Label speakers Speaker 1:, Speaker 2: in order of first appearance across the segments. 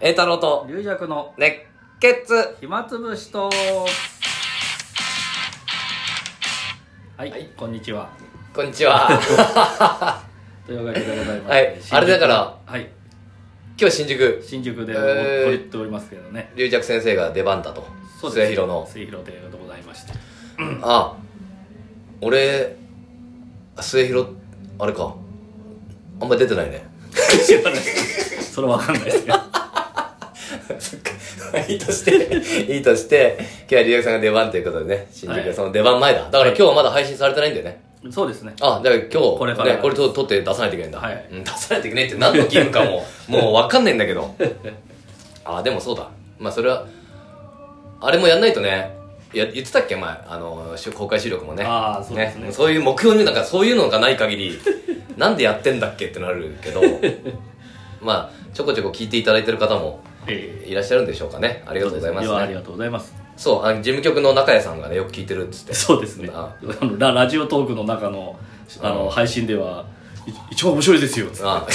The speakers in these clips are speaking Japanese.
Speaker 1: 栄太郎と
Speaker 2: 龍尺の
Speaker 1: 熱血
Speaker 2: 暇つぶしとはい、
Speaker 1: はい
Speaker 2: こんにちは
Speaker 1: こんにち は
Speaker 2: というわけでございます、
Speaker 1: はい
Speaker 2: 新宿
Speaker 1: あれだから
Speaker 2: はい
Speaker 1: 今日新宿
Speaker 2: 新宿で
Speaker 1: え
Speaker 2: も
Speaker 1: ー
Speaker 2: 取っておりますけどね、
Speaker 1: 龍尺先生が出番だと末広の
Speaker 2: 末広でございまして
Speaker 1: あ俺末広あれかあんまり出てないね
Speaker 2: 知らないそれわかんないですけど
Speaker 1: そっか いいとして いいとして今日は龍尺さんが出番ということでね新宿
Speaker 2: は
Speaker 1: はいその出番前だだから今日はまだ配信されてないんだよね
Speaker 2: そうですね
Speaker 1: あ、だから今日、
Speaker 2: これから
Speaker 1: ね、これと撮って出さないといけないんだ。
Speaker 2: はい
Speaker 1: うん、出さないといけないって何の義務か も、もうわかんないんだけど。あ、でもそうだ。まあそれは、あれもやんないとね、いや言ってたっけ前、あの、し公開収録もね。
Speaker 2: あーそうですね
Speaker 1: そういう目標になんかそういうのがない限り、 なんでやってんだっけってなるけ ど、まあ、ちょこちょこ聞いていただいてる方も
Speaker 2: え
Speaker 1: いらっしゃるんでしょうかね。あり
Speaker 2: え
Speaker 1: がとうございま
Speaker 2: ではあ
Speaker 1: すね。
Speaker 2: りがとうございます
Speaker 1: そう、あの事務局の中谷さんがね、よく聞いてるっつって。
Speaker 2: そうですね
Speaker 1: あ
Speaker 2: あのララジオトークの中のあの配信ではい一番面白いですよ
Speaker 1: あ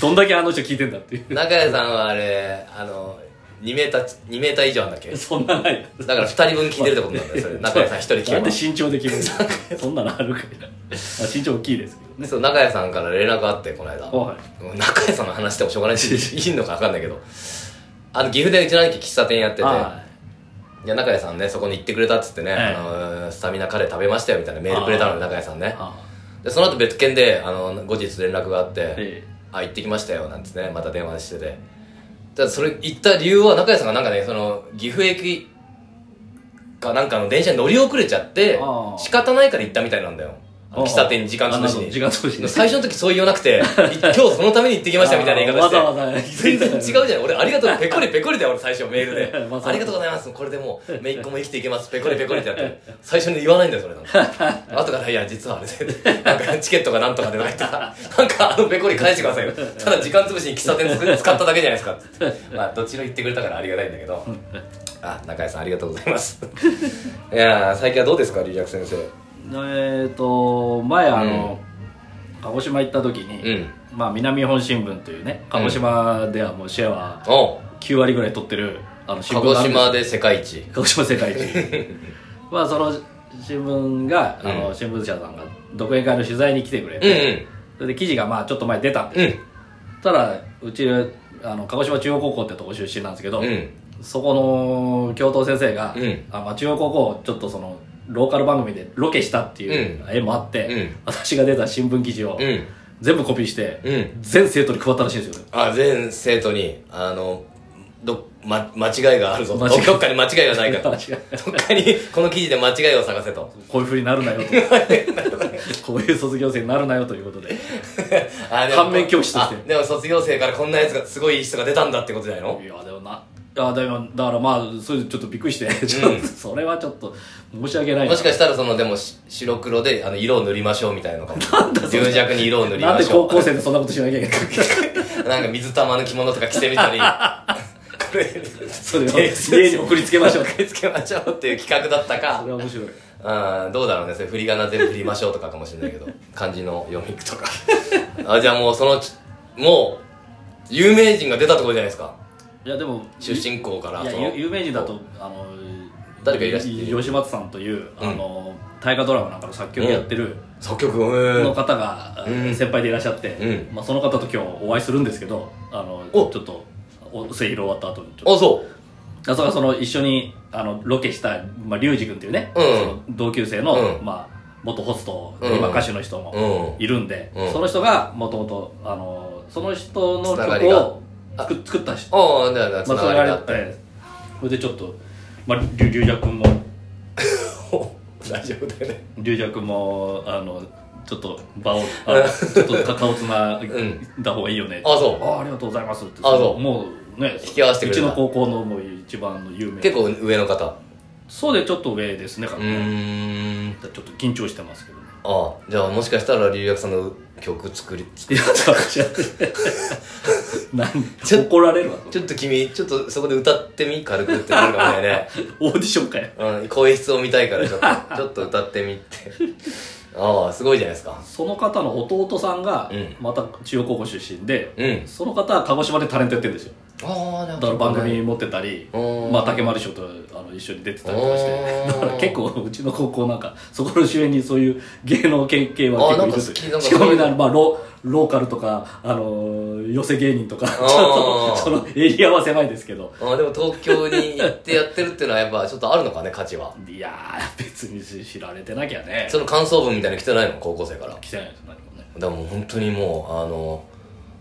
Speaker 2: どんだけあの人聞いてんだってい
Speaker 1: 中谷さんはあれあの2メーター2メーター以上なんだっけ
Speaker 2: うそんなない
Speaker 1: だから2人分聞いてるってことなんだよそれ 中谷さん1人聞
Speaker 2: なんで
Speaker 1: け
Speaker 2: 身長で決める のそんなのあるかいな、まあ、身長大きいですけど
Speaker 1: ば
Speaker 2: ね
Speaker 1: そう中谷さんから連絡あってこの間
Speaker 2: は
Speaker 1: 中谷さんの話してもしょうがないしいいのか分かんないけどあの岐阜でうちの兄貴喫茶店やってて
Speaker 2: はい
Speaker 1: や中谷さんねそこに行ってくれたっつってね、
Speaker 2: はい
Speaker 1: あのスタミナカレー食べましたよみたいなメールくれたのね中谷さん
Speaker 2: い
Speaker 1: ね
Speaker 2: あ
Speaker 1: でその後別件であの後日連絡があって、
Speaker 2: え
Speaker 1: あ行ってきましたよなんつってねまた電話しててただそれ行った理由は中谷さんがなんかねその岐阜駅かなんかの電車に乗り遅れちゃって
Speaker 2: ああ
Speaker 1: 仕方ないから行ったみたいなんだよあの
Speaker 2: ああ
Speaker 1: 喫茶店に時間潰し
Speaker 2: あなるほど
Speaker 1: に
Speaker 2: 時間潰しに
Speaker 1: 最初の時そう言わなく てい今日そのために行ってきましたみたいな言い方して
Speaker 2: ああわざわざ
Speaker 1: 全然違うじゃない俺ありが とうペコリペコリだよ俺最初メールで
Speaker 2: まあそう
Speaker 1: ありがとうございますこれでもう姪っ子も生きていけますペコリペコリってやって最初に言わないんだよそれなんか 後からいや実はあれでなんかチケットがなんとかでないとかなんかあのペコリ返してくださいよただ時間潰しに喫茶店使っただけじゃないですかって言ってまあどっちの言ってくれたからありがたいんだけ どあ中井さんありがとうございますいやー最近はどうですか龍尺先生
Speaker 2: えー、と前あの、鹿児島行った時に、
Speaker 1: うん
Speaker 2: まあ、南日本新聞というね鹿児島ではもうシェアは
Speaker 1: おう
Speaker 2: 9割ぐらい取ってるあの新
Speaker 1: 鹿
Speaker 2: 聞
Speaker 1: 児
Speaker 2: があるんで
Speaker 1: 島で
Speaker 2: す
Speaker 1: 世界一
Speaker 2: 鹿児島世 界一まあその新聞があの、
Speaker 1: うん
Speaker 2: 新聞社さんが独演会の取材に来てくれ
Speaker 1: うんう
Speaker 2: て、
Speaker 1: ん
Speaker 2: それで記事がまあちょっと前出たんです
Speaker 1: うん
Speaker 2: ただうちあの鹿児島中央高校ってとこ出身なんですけど、
Speaker 1: うん
Speaker 2: そこの教頭先生が、
Speaker 1: うん
Speaker 2: あまあ、中央高校ちょっとそのローカル番組でロケしたっていう絵もあって、
Speaker 1: うん
Speaker 2: 私が出た新聞記事を
Speaker 1: うん
Speaker 2: 全部コピーして、
Speaker 1: うん
Speaker 2: 全生徒に配ったらしいんですよ
Speaker 1: あ全生徒にあのど、ま、間違いがあるぞど
Speaker 2: 間違い
Speaker 1: どっかに間違いがないかとど
Speaker 2: 私が
Speaker 1: っかにこの記事で間違いを探せと
Speaker 2: こういうふうになる なよとこういう卒業生になるなよということで
Speaker 1: あで
Speaker 2: 反面教師として
Speaker 1: あでも卒業生からこんなやつがすごいいい人が出たんだってことじゃないの
Speaker 2: いやでもないやでもだからまあそれちょっとびっくりして、ちょっとそれはちょっと申し訳ないな
Speaker 1: もしかしたらそのでもし白黒であの色を塗りましょうみたいなのかも龍弱に色を塗り
Speaker 2: なん
Speaker 1: ま
Speaker 2: で
Speaker 1: しょ
Speaker 2: 高
Speaker 1: う
Speaker 2: 校生でそんなことしなきゃいけない
Speaker 1: なんか水玉の着物とか着てみ たりこれ
Speaker 2: それを家に送りつけましょうそ
Speaker 1: つけましょうっていう企画だったか
Speaker 2: れは面白い
Speaker 1: うんどうだろうねそれ振り仮名全部振りましょうとかかもしれないけ ど漢字の読みとかあじゃあもうそのちもう有名人が出たところじゃないですか
Speaker 2: いやでも
Speaker 1: 出身校から
Speaker 2: いや
Speaker 1: その
Speaker 2: ゆ有名人だとあの
Speaker 1: 誰かいらっしゃってる
Speaker 2: 吉松さんという
Speaker 1: うん
Speaker 2: あの大河ドラマなんかの作曲やってる
Speaker 1: 作曲
Speaker 2: この
Speaker 1: うん
Speaker 2: 方が
Speaker 1: うん
Speaker 2: 先輩でいらっしゃって
Speaker 1: う
Speaker 2: まあその方と今日お会いするんですけどあのちょ
Speaker 1: お
Speaker 2: っとお末広終わった後にちょっと
Speaker 1: あそ
Speaker 2: あそこはその一緒にあのロケしたまあリュウジ君っていうね
Speaker 1: うん
Speaker 2: その同級生の
Speaker 1: うん
Speaker 2: まあ元ホスト
Speaker 1: うん
Speaker 2: 今歌手の人
Speaker 1: うう
Speaker 2: も
Speaker 1: ん
Speaker 2: いるんで
Speaker 1: うん
Speaker 2: その人がもともとあのその人の
Speaker 1: つなが
Speaker 2: 曲
Speaker 1: りが
Speaker 2: を作っ作った人
Speaker 1: ああだよだよつ
Speaker 2: まあ、
Speaker 1: な
Speaker 2: そ
Speaker 1: が
Speaker 2: れ
Speaker 1: りが
Speaker 2: があれ
Speaker 1: あっ
Speaker 2: だっててそれでちょっと、まあ、りゅ龍尺君も
Speaker 1: 大丈夫だよね
Speaker 2: 龍尺君もあのちょっと場をあ のちょっと顔つなだ方がいいよねって
Speaker 1: あそう
Speaker 2: あありがとうございますって
Speaker 1: あそう
Speaker 2: もうね
Speaker 1: 引き合わせてくれ
Speaker 2: う
Speaker 1: た
Speaker 2: ちの高校のもう一番の有名
Speaker 1: 結構上の方
Speaker 2: そうでちょっと上ですね、
Speaker 1: うーん
Speaker 2: ちょっと緊張してますけどね
Speaker 1: ああじゃあもしかしたら龍薬さんの曲作り作
Speaker 2: いやちょっと待って何怒られるわ
Speaker 1: ちょっと君ちょっとそこで歌ってみ軽くってなるかもしれないね
Speaker 2: オーディションかよ
Speaker 1: うん、声質を見たいからちょっ とちょっと歌ってみてああすごいじゃないですか
Speaker 2: その方の弟さんが
Speaker 1: うん
Speaker 2: また中央高校出身で、
Speaker 1: うん
Speaker 2: その方は鹿児島でタレントやってるんですよ
Speaker 1: ああな
Speaker 2: だ
Speaker 1: ん
Speaker 2: から番組
Speaker 1: う
Speaker 2: 持ってたり、
Speaker 1: うん
Speaker 2: まあ、竹丸師匠とあの一緒に出てたりとかして
Speaker 1: うん
Speaker 2: だから結構うちの高校なんかそこの周辺にそういう芸能系系は
Speaker 1: あなんか
Speaker 2: 結構い
Speaker 1: 好きなん
Speaker 2: る
Speaker 1: か
Speaker 2: しかもみんなまあロローカルとかあの寄せ芸人とかちょっと そのエリアは狭いですけど
Speaker 1: あーでも東京に行ってやってるっていうのはやっ ぱちょっとあるのかね価値はい
Speaker 2: やー別に知られてなきゃね
Speaker 1: その感想文みたいなの来てないの高校生から
Speaker 2: 来てないです何もね
Speaker 1: でもう本当にもうあの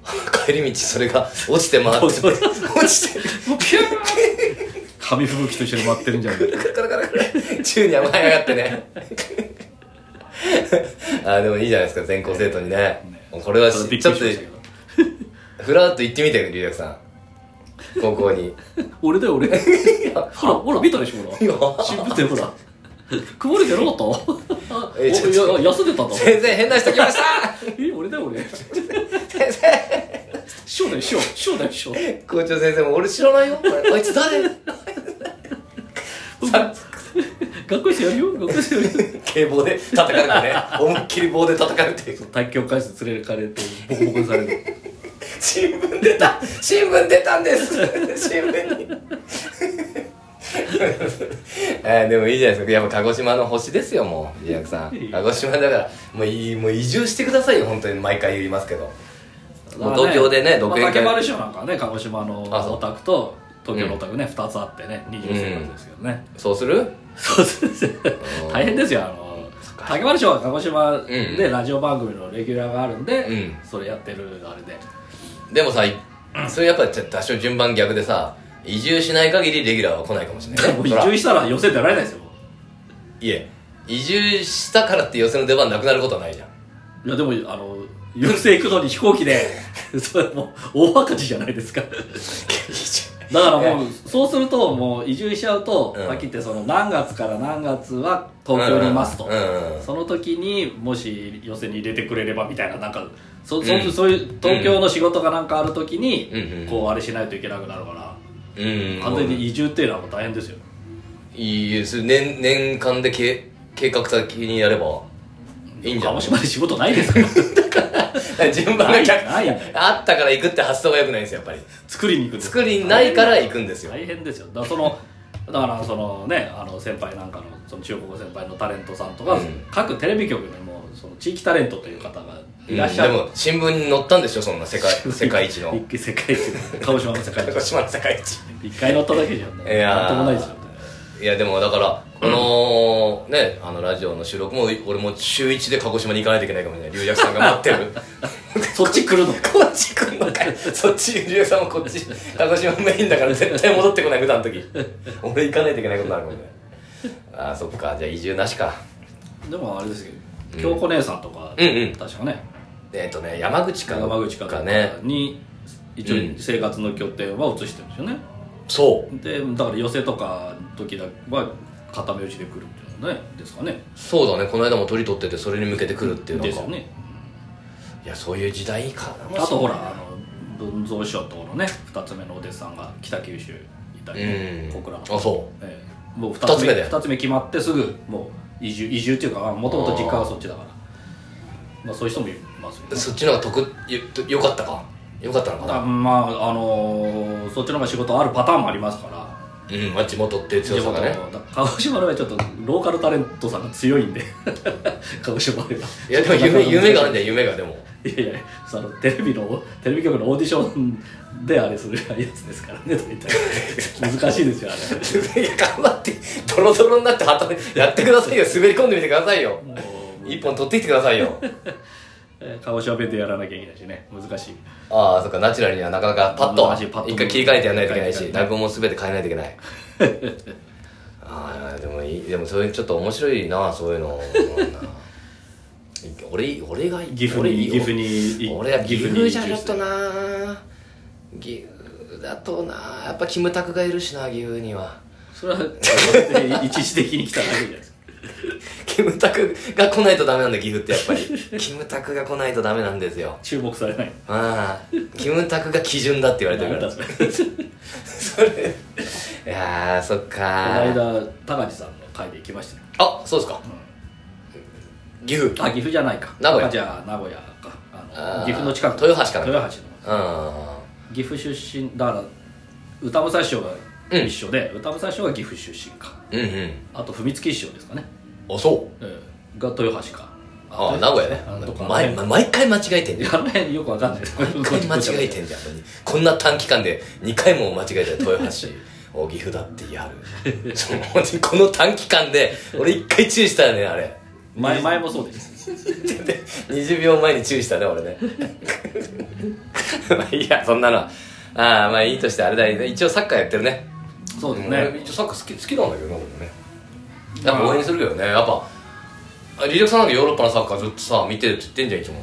Speaker 1: 帰り道それが 落ちて回ってて
Speaker 2: そうそう
Speaker 1: 落ちてピュー
Speaker 2: 紙吹雪と一緒に待ってるん じゃない
Speaker 1: カラカラカラ宙に甘えやがってね あーでもいいじゃないですか全校生徒にねもうこれは
Speaker 2: そ
Speaker 1: し
Speaker 2: れびっ
Speaker 1: ちょ
Speaker 2: くり
Speaker 1: っと
Speaker 2: しましたけど
Speaker 1: ふらっと行ってみて龍也さん高校に
Speaker 2: 俺だよ俺ほらほら見たでしょほら新聞だよほら曇れてなかった
Speaker 1: えちょっと
Speaker 2: おいや休んでたんだ
Speaker 1: 先生変な人来ました
Speaker 2: え俺だよ俺
Speaker 1: 先生
Speaker 2: 師匠だよ師匠師匠だよ師匠
Speaker 1: 校長先生も俺知らないよこれあいつ誰
Speaker 2: 学校生やるよ学校生やるよ
Speaker 1: 警棒で叩かれてね思いっきり棒で叩かれて
Speaker 2: 卓球会室連れてかれてボコボコにされる
Speaker 1: 新聞出た新聞出たんです新聞に えーでもいいじゃないですかやっぱ鹿児島の星ですよもうリアクさん鹿児島だからもういいもう移住してくださいよ本当に毎回言いますけどもう東京でね独演会
Speaker 2: まあ竹丸師匠なんかはね鹿児島の
Speaker 1: あそう
Speaker 2: お宅と東京のお宅ね2つあってね二重生活ですけどね
Speaker 1: そうする
Speaker 2: そうですね
Speaker 1: うん
Speaker 2: 大変ですよあの竹丸師匠は鹿児島
Speaker 1: う
Speaker 2: で
Speaker 1: ん
Speaker 2: ラジオ番組のレギュラーがあるんで、
Speaker 1: うん
Speaker 2: それやってるあれで
Speaker 1: でもさいそれやっぱちょ多少順番逆でさ移住しない限りレギュラーは来ないかもしれない
Speaker 2: もう移住したら寄せてられないですよも
Speaker 1: いえ移住したからって予選の出番なくなることはないじゃん
Speaker 2: ういやでもあの寄せ行くのに飛行 機でそれもう大赤字じゃないですかだからもうそうするともう移住しちゃうと、
Speaker 1: うん
Speaker 2: さっき言ってその何月から何月は東京にいますと、
Speaker 1: うんうんうん
Speaker 2: その時にもし寄せに入れてくれればみたいななんかそ,そ、
Speaker 1: う
Speaker 2: うんそういう東京の仕事がなんかある時に、
Speaker 1: うんうん
Speaker 2: こうあれしないといけなくなるから、
Speaker 1: うん
Speaker 2: 完全に移住っていうのはもう大変ですよ
Speaker 1: いいえそれ年年間で計計画的にやればいいんじゃ
Speaker 2: 鹿
Speaker 1: な
Speaker 2: 児島で仕事ないで すから
Speaker 1: い 順番が逆
Speaker 2: ないない
Speaker 1: あったから行くって発想が良くないんですよやっぱり
Speaker 2: 作りに行くんです
Speaker 1: 作りないから行くんですよ
Speaker 2: 大変ですよだからそのだからそのねあの先輩なんかのその中国語先輩のタレントさんとか、
Speaker 1: うん
Speaker 2: 各テレビ局にもその地域タレントという方が
Speaker 1: うん
Speaker 2: いらっしゃる、
Speaker 1: でも新聞に載ったんでしょそんな世界世界一 の
Speaker 2: 一世界一鹿児島の世界
Speaker 1: 鹿児島の世界一
Speaker 2: 一一回乗っただけじゃん
Speaker 1: いやー
Speaker 2: なんともないですよね
Speaker 1: いやでもだからこのねあのラジオの収録も俺も週一で鹿児島に行かないといけないかもしれない龍尺さんが待ってる
Speaker 2: そっち来る の
Speaker 1: こっち来んのかいそっち龍尺さんもこっち鹿児島メインだから絶対戻ってこない普段の時俺行かないといけないことになるかもしれないあーそっかじゃあ移住なしか
Speaker 2: でもあれですけ
Speaker 1: うん
Speaker 2: ど京子姉さんとか、
Speaker 1: うんうん
Speaker 2: 確かね
Speaker 1: えっ、とね山口か
Speaker 2: 山口かとか
Speaker 1: ね
Speaker 2: に一
Speaker 1: うん
Speaker 2: 応生活の拠点は移してるんですよね、
Speaker 1: そう
Speaker 2: でだから寄せとかの時だは固め打ちで来るっていうのはねですかね
Speaker 1: そうだねこの間も鳥取っててそれに向けて来るっていうのが
Speaker 2: ですよね
Speaker 1: いやそういう時代かな
Speaker 2: あとほらあの文蔵師匠とのね2つ目のお弟子さんが北九州いたり、
Speaker 1: うん
Speaker 2: 小倉の、
Speaker 1: あそう
Speaker 2: ええもう
Speaker 1: 二
Speaker 2: 2
Speaker 1: つ
Speaker 2: つ
Speaker 1: 目
Speaker 2: 目
Speaker 1: で
Speaker 2: 二つ目決まってすぐもう移住移住っていうかもともと実家がそっちだからまあそういう人もいますよね
Speaker 1: そっちの方が得よよかったかよかったのか
Speaker 2: た
Speaker 1: な
Speaker 2: だまああのーそっちの方が仕事あるパターンもありますから
Speaker 1: うん、まあ地元って強さがね
Speaker 2: 地元の鹿児島の場合ちょっとローカルタレントさんが強いんで 鹿児島ではい
Speaker 1: やでも 夢夢があるんだよ夢がでも
Speaker 2: いやいやそのテレビのテレビ局のオーディションであれするやつですからね大体 難しいですよあれ
Speaker 1: いや頑張ってドロドロになって働いやってくださいよ滑り込んでみてくださいよ
Speaker 2: もう
Speaker 1: 一本取ってきてくださいよ
Speaker 2: えー鹿児島弁でやらなきゃいけないしね難しい
Speaker 1: ああそっかナチュラルにはなかなかパッ
Speaker 2: 難しいパ
Speaker 1: と
Speaker 2: ッと
Speaker 1: 一回切り替えてやんないといけない
Speaker 2: 切り替
Speaker 1: し
Speaker 2: えてね
Speaker 1: 落語も全て変えないといけないああでもいいでもそういうちょっと面白いなそういうの俺俺が
Speaker 2: 岐阜
Speaker 1: 俺
Speaker 2: に岐阜にい
Speaker 1: 俺は岐阜
Speaker 2: に
Speaker 1: じゃちょっとな岐阜だとなやっぱキムタクがいるしな岐阜には
Speaker 2: それはだって一時的に来ただけじゃないですか
Speaker 1: キムタクが来ないとダメなんだ岐阜ってやっぱり キムタクが来ないとダメなんですよ
Speaker 2: 注目されない
Speaker 1: ああキムタクが基準だって言われてる
Speaker 2: な
Speaker 1: か
Speaker 2: んだ
Speaker 1: ら
Speaker 2: それこ
Speaker 1: それいやーそっか
Speaker 2: の
Speaker 1: ー
Speaker 2: 間高地さんの会で行きましたよ
Speaker 1: あそうですか、岐阜
Speaker 2: あ岐阜じゃないか
Speaker 1: 名古屋
Speaker 2: 高地は名古屋かあの
Speaker 1: あー
Speaker 2: 岐阜の近く
Speaker 1: 豊橋かな
Speaker 2: 豊橋の
Speaker 1: うん
Speaker 2: 岐阜出身だから歌武蔵師匠が
Speaker 1: うん
Speaker 2: 一緒で、歌武蔵師匠が岐阜出身か
Speaker 1: うんうん
Speaker 2: あと文月師匠ですかね、
Speaker 1: あそう
Speaker 2: ええが豊橋か
Speaker 1: あ名古屋ね
Speaker 2: あとか
Speaker 1: 毎毎回間違えてん
Speaker 2: い
Speaker 1: ね
Speaker 2: やあの辺よくわかんない
Speaker 1: 毎回間違えてんじゃんこんな短期間で2回も間違えたよ豊橋お 岐阜だって言い張る そうこの短期間で俺1回注意したよねあれ
Speaker 2: 前前もそうです
Speaker 1: で20秒前に注意したね俺ね まあいいやそんなのはああまあいいとしてあれだよね一応サッカーやってるね
Speaker 2: そうです
Speaker 1: 俺
Speaker 2: ね
Speaker 1: 一応サッカー好き好きなんだけどな俺もねやっぱ応援するけどねやっぱあリリアクさんなんかヨーロッパのサッカーずっとさ見てるって言ってんじゃんいつも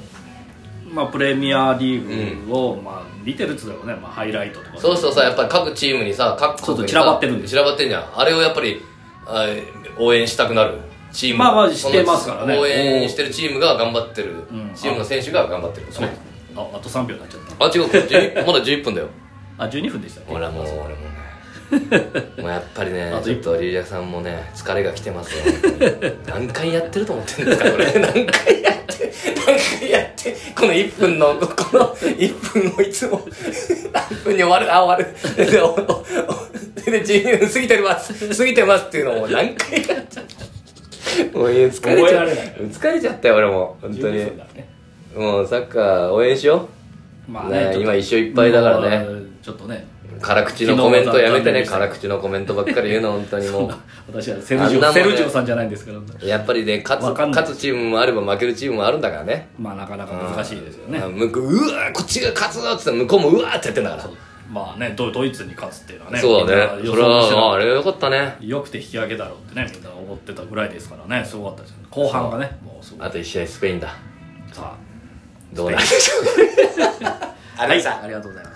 Speaker 2: まあプレミアリーグを、まあ見てるっつうのもね、まあ、ハイライトとか
Speaker 1: そうそうさやっぱり各チームにさ各
Speaker 2: そう
Speaker 1: 国
Speaker 2: そう
Speaker 1: にさ
Speaker 2: 散らばってるんです
Speaker 1: 散らばってんじゃんあれをやっぱりあ応援したくなるチーム
Speaker 2: まあまあしてますからね
Speaker 1: その応援してるチームが頑張ってる、
Speaker 2: ん
Speaker 1: チームの選手が頑張ってるから
Speaker 2: そう
Speaker 1: ね
Speaker 2: ああと3秒になっちゃっ
Speaker 1: あ違う11まだ11分だよ
Speaker 2: たあ12分でしたっけ
Speaker 1: 俺はもう俺もね もうやっぱりね
Speaker 2: あと
Speaker 1: ちょっ
Speaker 2: 一
Speaker 1: とリリアさんもね疲れが来てますよ本当に何回やってると思ってんですかこ れ何回やって何回やってこの1分のこの1分をいつも何分に終わるあ終わるででおおで12分過ぎてます過ぎてますっていうのをもう何回やってもう疲れ
Speaker 2: 覚え
Speaker 1: ちゃ
Speaker 2: ら
Speaker 1: う
Speaker 2: れない
Speaker 1: 疲れちゃったよ俺も本当
Speaker 2: 12
Speaker 1: に
Speaker 2: 分だね
Speaker 1: もうサッカー応援しよ
Speaker 2: ま
Speaker 1: ね
Speaker 2: ちょっと
Speaker 1: 今一緒いっぱいだからね
Speaker 2: もうちょっとね
Speaker 1: う辛口のコメントやめてね
Speaker 2: 昨日は残念でした
Speaker 1: 辛口のコメントばっかり言うの本当にもう
Speaker 2: 私はセルジ
Speaker 1: あんなも
Speaker 2: オ
Speaker 1: んね
Speaker 2: セルジオさんじゃないんですけど
Speaker 1: やっぱりね勝つ
Speaker 2: わかんない
Speaker 1: 勝つチームもあれば負けるチームもあるんだからね
Speaker 2: まあなかなか難しいですよね
Speaker 1: あ向こううわーこっちが勝つぞっつって向こうもうわーってやってんだからそう,、
Speaker 2: まあねドドイツに勝つっていうのはね
Speaker 1: だね
Speaker 2: みん
Speaker 1: それ
Speaker 2: な予想してな
Speaker 1: はあ
Speaker 2: かっ
Speaker 1: あれはよかったね
Speaker 2: たよくて引き分けだろうってねみんな思ってたぐらいですからねすごかったですよね後半がねもうすごい
Speaker 1: あと1試合スペインだ
Speaker 2: さ
Speaker 1: どうなるでしょうあ
Speaker 2: あ
Speaker 1: れ
Speaker 2: はい
Speaker 1: さ
Speaker 2: ありがとうございます